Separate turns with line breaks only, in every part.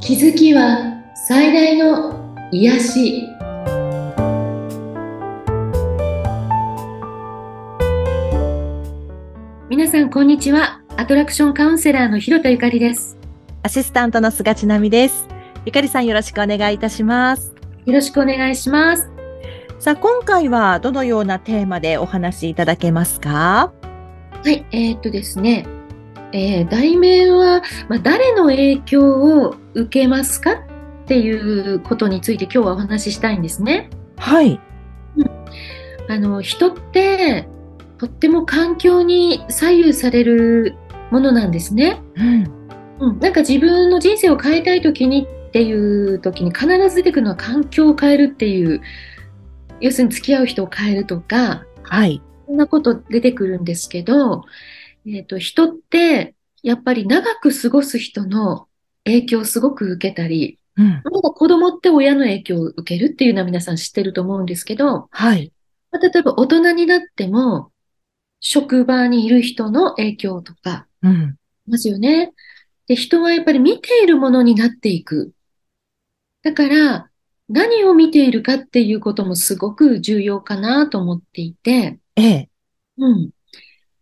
気づきは最大の癒し皆さんこんにちはアトラクションカウンセラーの広田ゆかりです
アシスタントの菅千奈美です。ゆかりさんよろしくお願いいたします。
よろしくお願いします
さあ、今回はどのようなテーマでお話しいただけますか
はいえー、っとですねえー題名は、まあ、誰の影響を受けますかっていうことについて今日はお話ししたいんですね。
はい。
あの人ってとっても環境に左右されるものなんですね。
うん。
うん、なんか自分の人生を変えたい時にっていう時に必ず出てくるのは環境を変えるっていう要するに付き合う人を変えるとか
はい。
そんなこと出てくるんですけど、えー、と人ってやっぱり長く過ごす人の影響をすごく受けたり
うん。
まだ子供って親の影響を受けるっていうのは皆さん知ってると思うんですけど、
はい。
まあ例えば大人になっても、職場にいる人の影響とか、
うん。
いますよね。で、人はやっぱり見ているものになっていく。だから、何を見ているかっていうこともすごく重要かなと思っていて、
ええ。
うん。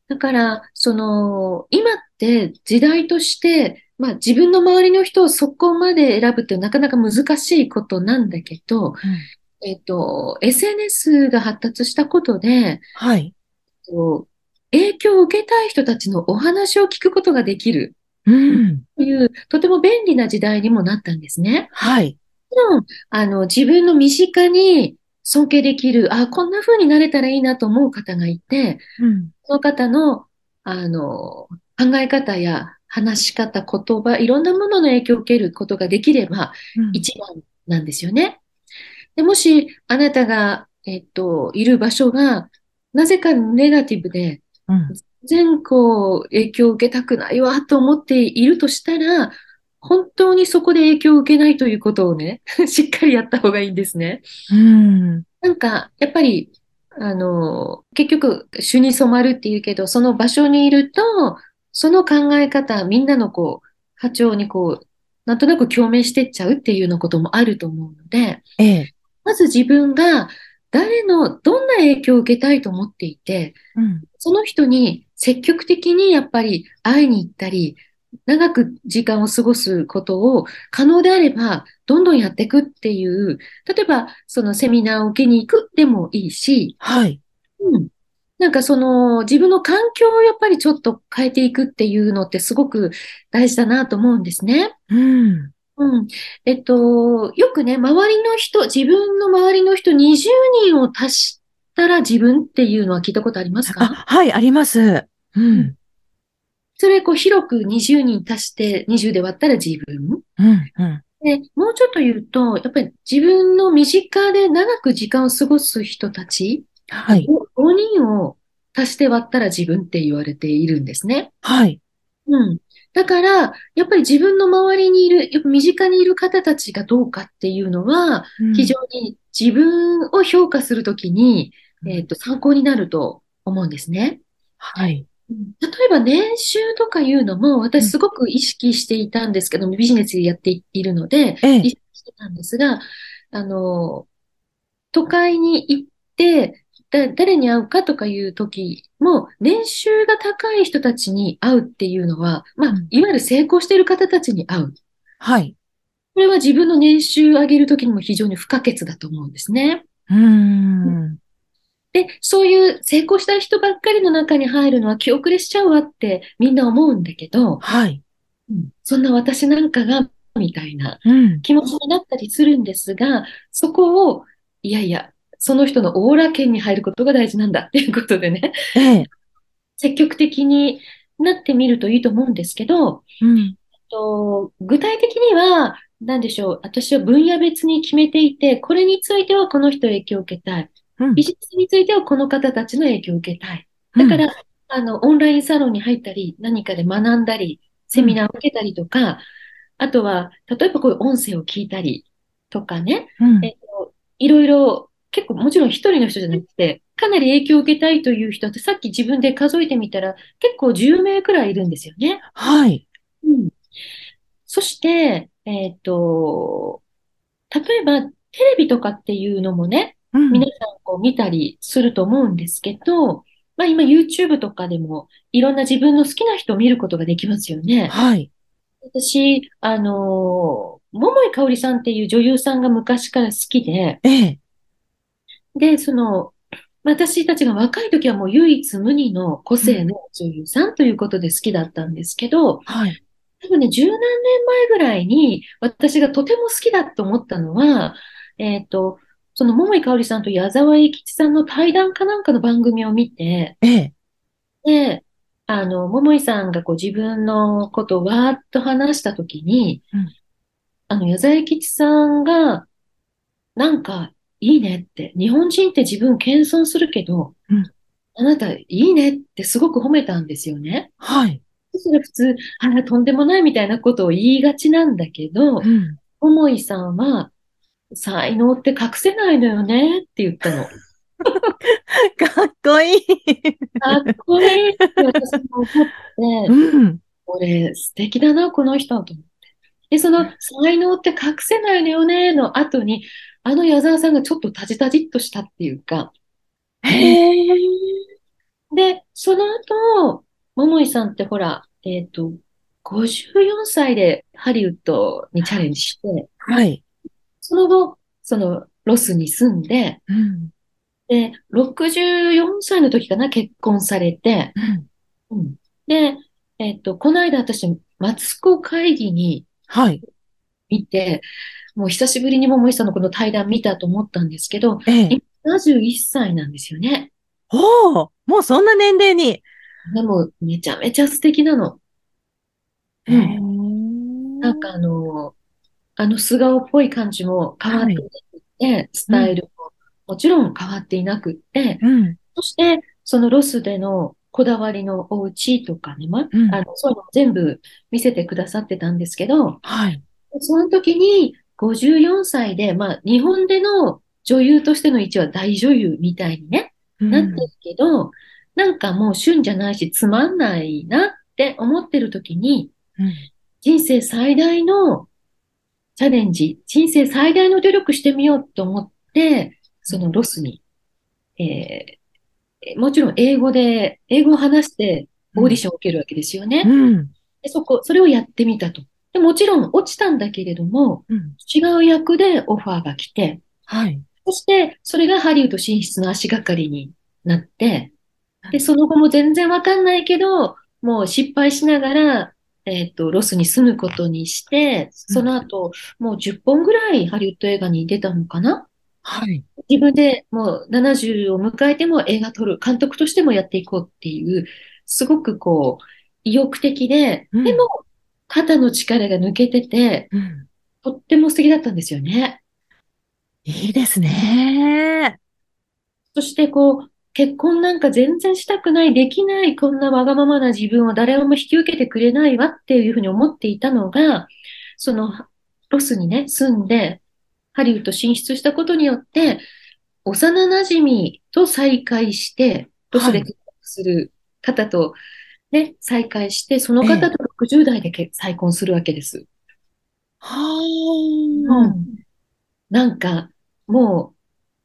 だから、その、今って時代として、まあ自分の周りの人をそこまで選ぶってなかなか難しいことなんだけど、えっと、SNS が発達したことで、
はい。
こう影響を受けたい人たちのお話を聞くことができる
うん。
という、とても便利な時代にもなったんですね。
はい。
もちろん、あの、自分の身近に尊敬できる、あ、こんな風になれたらいいなと思う方がいて、
うん。
その方の、あの、考え方や話し方、言葉、いろんなものの影響を受けることができれば、一番なんですよね。で、もし、あなたが、えっと、いる場所が、なぜかネガティブで、
うん。
全こう、影響を受けたくないわと思っているとしたら、本当にそこで影響を受けないということをね、 しっかりやった方がいいんですね。
うん。
なんか、やっぱり、あの、結局、種に染まるっていうけど、その場所にいると、その考え方、みんなのこう、波長にこう、なんとなく共鳴してっちゃうっていうようなこともあると思うので、
ええ。
まず自分が誰の、どんな影響を受けたいと思っていて、
うん。
その人に積極的にやっぱり会いに行ったり、長く時間を過ごすことを可能であれば、どんどんやっていくっていう、例えば、そのセミナーを受けに行くでもいいし、
はい。
うん。なんかその自分の環境をやっぱりちょっと変えていくっていうのってすごく大事だなと思うんですね。
うん。
うん。えっと、よくね、周りの人、自分の周りの人20人を足したら自分っていうのは聞いたことありますか
あ、はい、あります。うん。
それこう広く20人足して20で割ったら自分。
うん。うん。
で、もうちょっと言うと、やっぱり自分の身近で長く時間を過ごす人たち、
はい。
5人を足して割ったら自分って言われているんですね。
はい。
うん。だから、やっぱり自分の周りにいる、やっぱ身近にいる方たちがどうかっていうのは、非常に自分を評価するときに、
うん
えっと、参考になると思うんですね。
はい。
うん例えば年収とかいうのも私すごく意識していたんですけども、ビジネスでやっているので、意
ええ。
識してたんですが、あの、都会に行って、だ誰に会うかとかいう時も、年収が高い人たちに会うっていうのは、まあ
うん、
いわゆる成功している方たちに会う。
はい。
これは自分の年収上げる時にも非常に不可欠だと思うんですね。
うん。
で、そういう成功した人ばっかりの中に入るのは気遅れしちゃうわってみんな思うんだけど、
はい。
そんな私なんかが、みたいな
うん。
気持ちになったりするんですが、そこを、いやいや、その人のオーラ圏に入ることが大事なんだっていうことでね、
ええ。
積極的になってみるといいと思うんですけど、
うん。
と具体的には、なんでしょう、私は分野別に決めていて、これについてはこの人影響を受けたい。
うん
美術についてはこの方たちの影響を受けたい。だから、あの、オンラインサロンに入ったり、何かで学んだり、セミナーを受けたりとか、あとは、例えばこういう音声を聞いたりとかね、
うん、
えっと、いろいろ、結構もちろん一人の人じゃなくて、かなり影響を受けたいという人って、さっき自分で数えてみたら、結構10名くらいいるんですよね。
はい。
うん。そして、えっと、例えばテレビとかっていうのもね、
うん
皆さんこう見たりすると思うんですけど、まあ今 YouTube とかでもいろんな自分の好きな人を見ることができますよね。
はい。
私、あのー、桃井かおりさんっていう女優さんが昔から好きで、
ええ。
で、その、私たちが若い時はもう唯一無二の個性の女優さんということで好きだったんですけど、
はい。
多分ね、十何年前ぐらいに私がとても好きだと思ったのは、えっと、その桃井かおりさんと矢沢永吉さんの対談かなんかの番組を見て、
ええ。
で、あの、桃井さんがこう自分のことをわーっと話したときに
うん、
あの、矢沢永吉さんが、なんか、いいねって、日本人って自分謙遜するけど
うん、
あなた、いいねってすごく褒めたんですよね。
はい。
それ普通、あら、とんでもないみたいなことを言いがちなんだけど、
ん。
桃井さんは、才能って隠せないのよねって言 ったの。
かっこいい。
かっこいいって私も思って、
うん。
これ素敵だな、この人と思って。で、その才能って隠せないのよねの後に、あの矢沢さんがちょっとタジタジっとしたっていうか、
へえ。
で、その後、桃井さんってほら、えっと、54歳でハリウッドにチャレンジして、
はい。
その後、そのロスに住んで、
うん。
で、64歳の時かな、結婚されて、
うん。
うんで、えっと、この間私、マツコ会議に、
はい。
見て、もう久しぶりに桃井さんのこの対談見たと思ったんですけど、
ええ。
71歳なんですよね。
おおもうそんな年齢に。
でも、めちゃめちゃ素敵なの。うん
ん
なんかあの、あの素顔っぽい感じも変わっていなくて、スタイルももちろん変わっていなくって、
うん。
そして、そのロスでのこだわりのお家とかね、ま
うん
あの、そういうのも全部見せてくださってたんですけど、
はい。
その時に54歳で、まあ、日本での女優としての位置は大女優みたいにね、なってるけど、なんかもう旬じゃないし、つまんないなって思ってる時に、
うん
人生最大のチャレンジ、人生最大の努力してみようと思って、そのロスに、えーもちろん英語で、英語を話してオーディションを受けるわけですよね。
うん。
でそこ、それをやってみたと。でもちろん落ちたんだけれども、
うん。
違う役でオファーが来て、
はい。
そして、それがハリウッド進出の足がかりになって、
はい
で、その後も全然わかんないけど、もう失敗しながら、えっと、ロスに住むことにして、その後、もう10本ぐらいハリウッド映画に出たのかな
はい。
自分でもう70を迎えても映画撮る、監督としてもやっていこうっていう、すごくこう、意欲的で、
うん
でも、肩の力が抜けてて、
うん。
とっても素敵だったんですよね。
いいですね。
そしてこう、結婚なんか全然したくない、できない、こんなわがままな自分を誰も引き受けてくれないわっていうふうに思っていたのが、その、ロスにね、住んで、ハリウッド進出したことによって、幼馴染と再会して、ロスで結婚する方と、ね、再会して、その方と60代で結再婚するわけです。
は
う
ー
んなんか、も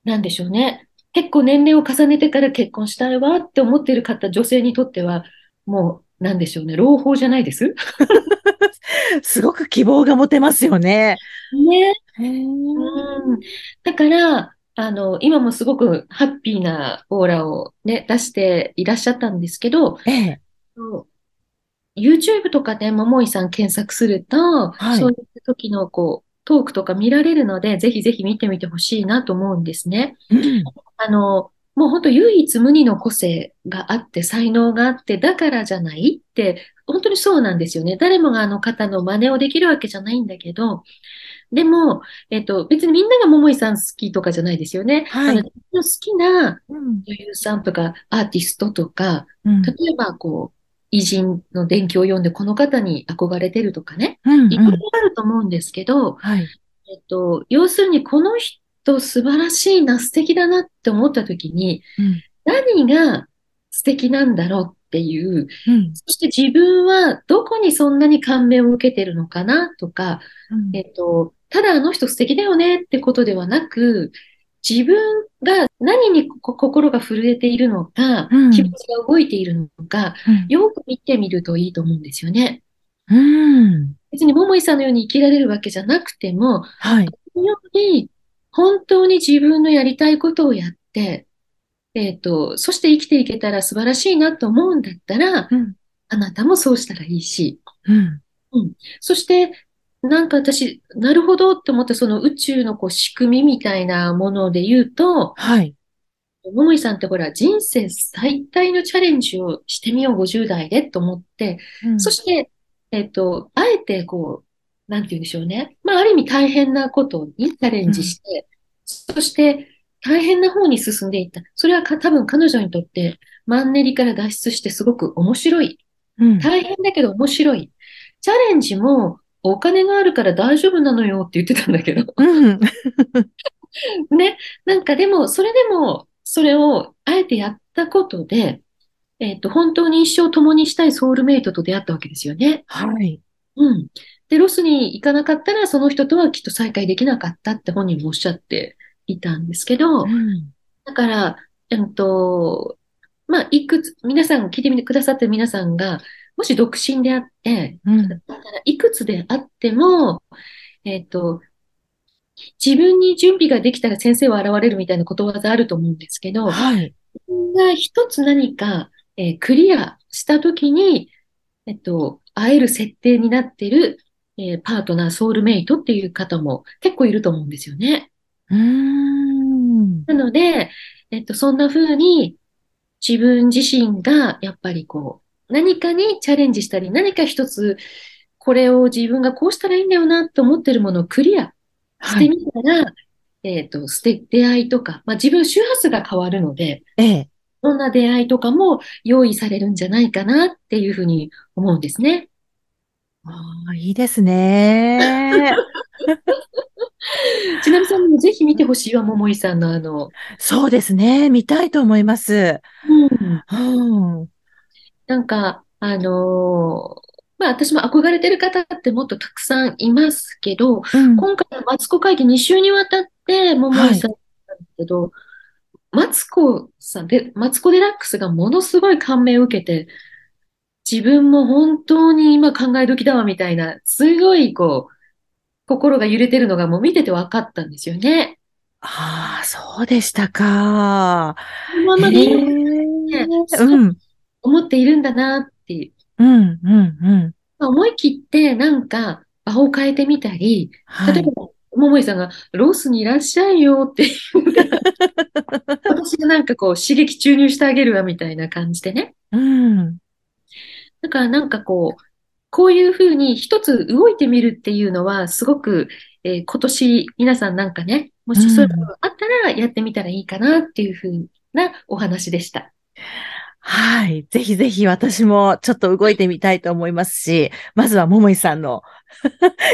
う、なんでしょうね。結構年齢を重ねてから結婚したいわって思ってる方、女性にとっては、もう、なんでしょうね。朗報じゃないです。
すごく希望が持てますよね。
ね。
へ
うん。だから、あの、今もすごくハッピーなオーラをね、出していらっしゃったんですけど、
ええ。
YouTube とかで桃井さん検索すると、
はい
そういう時のこう、トークとか見られるので、ぜひぜひ見てみてほしいなと思うんですね。
うん。
あの、もう本当唯一無二の個性があって、才能があって、だからじゃないって、本当にそうなんですよね。誰もがあの方の真似をできるわけじゃないんだけど、でも、えっと、別にみんなが桃井さん好きとかじゃないですよね。
はい
あの、自分の好きな
う
女
ん。
優さんとかアーティストとか、
うん
例えばこう、偉人の伝記を読んでこの方に憧れてるとかね、
うん
いろいろあると思うんですけど、
はい。
えっと、要するにこの人素晴らしいな、素敵だなって思った時に、
うん
何が素敵なんだろうっっていう、
うん
そして自分はどこにそんなに感銘を受けてるのかなとか、
うん
えっと、ただあの人素敵だよねってことではなく、自分が何にこ心が震えているのか
うん、
気持ちが動いているのか、よく見てみるといいと思うんですよね。
うん。
別に桃井さんのように生きられるわけじゃなくても、
はい。
このように本当に自分のやりたいことをやって、えっと、そして生きていけたら素晴らしいなと思うんだったら、
うん
あなたもそうしたらいいし、
うん。
そして、なんか私、なるほどって思ったその宇宙のこう仕組みみたいなもので言うと、
はい。
桃井さんってほら、人生最大のチャレンジをしてみよう、50代でと思って、そ
し
して、えっと、あえてこう、なんて言うんでしょうね。まあ、ある意味大変なことにチャレンジして、そして、大変な方に進んでいった。それはか多分彼女にとって、マンネリから脱出してすごく面白い
て、
大変だけど面白い。チャレンジもお金があるから大丈夫なのよって言ってたんだけど。
うん。
ね。なんかでも、それでも、それをあえてやったことで、えっと、本当に一生共にしたいソウルメイトと出会ったわけですよね。
はい。
うん。で、ロスに行かなかったら、その人とはきっと再会できなかったって本人もおっしゃっていたんですけど、
うん
だから、えっと、まあ、いくつ、皆さん、聞いてみてくださってる皆さんが、もし独身であって、
うん。
だから、いくつであっても、えっと、自分に準備ができたら先生は現れるみたいなことわざあると思うんですけど、
はい。
自分が一つ何か、えークリアしたときに、えっと、会える設定になってる、えーパートナー、ソウルメイトっていう方も結構いると思うんですよね。
うん。
なので、えっと、そんな風に自分自身がやっぱりこう、何かにチャレンジしたり、何か一つ、これを自分がこうしたらいいんだよなと思ってるものをクリアし
は
て
い。
みたら、えっと、捨て、出会いとか、まあ、自分周波数が変わるので、
ええ。
どんな出会いとかも用意されるんじゃないかなっていうふうに思うんですね。
ああ、いいですね。
ちなみさんにもぜひ見てほしいわ、桃井さんのあの、
そうですね。見たいと思います。うん。
なんか、あのーまあ私も憧れてる方ってもっとたくさんいますけど、
うん
今回のマツコ会議2週にわたって桃井さんなんですけど、マツコさんで、マツコデラックスがものすごい感銘を受けて、自分も本当に今考え時だわみたいな、すごいこう、心が揺れてるのがもう見てて分かったんですよね。
ああ、そうでしたか。
このままでいいのか
ええ
そう
うん。
思っているんだなっていう。
うん、うん、うん。
まあ思い切ってなんか場を変えてみたり、
は
例え
い。
ば、桃井さんが、ロースにいらっしゃいよって言うから私がなんかこう、刺激注入してあげるわみたいな感じでね。
うん。
だからなんかこう、こういうふうに一つ動いてみるっていうのは、すごく、えー今年皆さんなんかね、もしそういうことがあったらやってみたらいいかなっていうふうなお話でした。
はい。ぜひぜひ私もちょっと動いてみたいと思いますし、まずは桃井さんの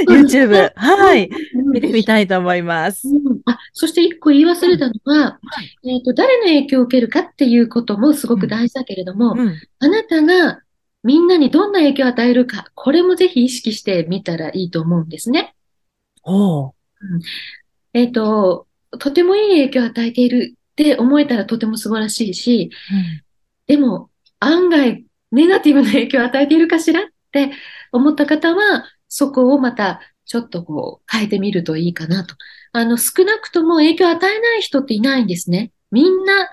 YouTube、はい。
うん
見てみたいと思います。
うんあ、そして一個言い忘れたのは、
は
えっと、誰の影響を受けるかっていうこともすごく大事だけれども、
うん。
あなたがみんなにどんな影響を与えるか、これもぜひ意識してみたらいいと思うんですね。
おう。
えっと、とてもいい影響を与えているって思えたらとても素晴らしいし、でも案外ネガティブな影響を与えているかしらって思った方は、そこをまたちょっとこう変えてみるといいかなと。あの、少なくとも影響を与えない人っていないんですね。みんな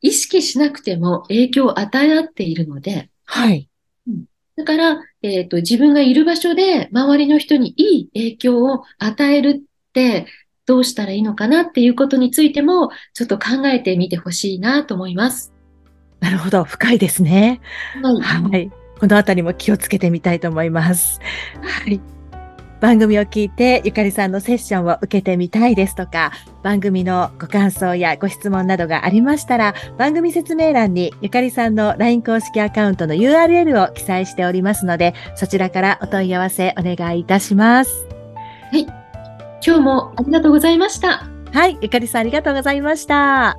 意識しなくても影響を与え合っているので、
はい。
だから、えっと、自分がいる場所で周りの人にいい影響を与えるってどうしたらいいのかなっていうことについてもちょっと考えてみてほしいなと思います。
なるほど。深いですね。 はい。このあたりも気をつけてみたいと思います。はい。番組を聞いて、ゆかりさんのセッションを受けてみたいですとか、番組のご感想やご質問などがありましたら、番組説明欄にゆかりさんの LINE 公式アカウントの URL を記載しておりますので、そちらからお問い合わせお願いいたします。
今日もありがとうございました。
はい。ゆかりさんありがとうございました。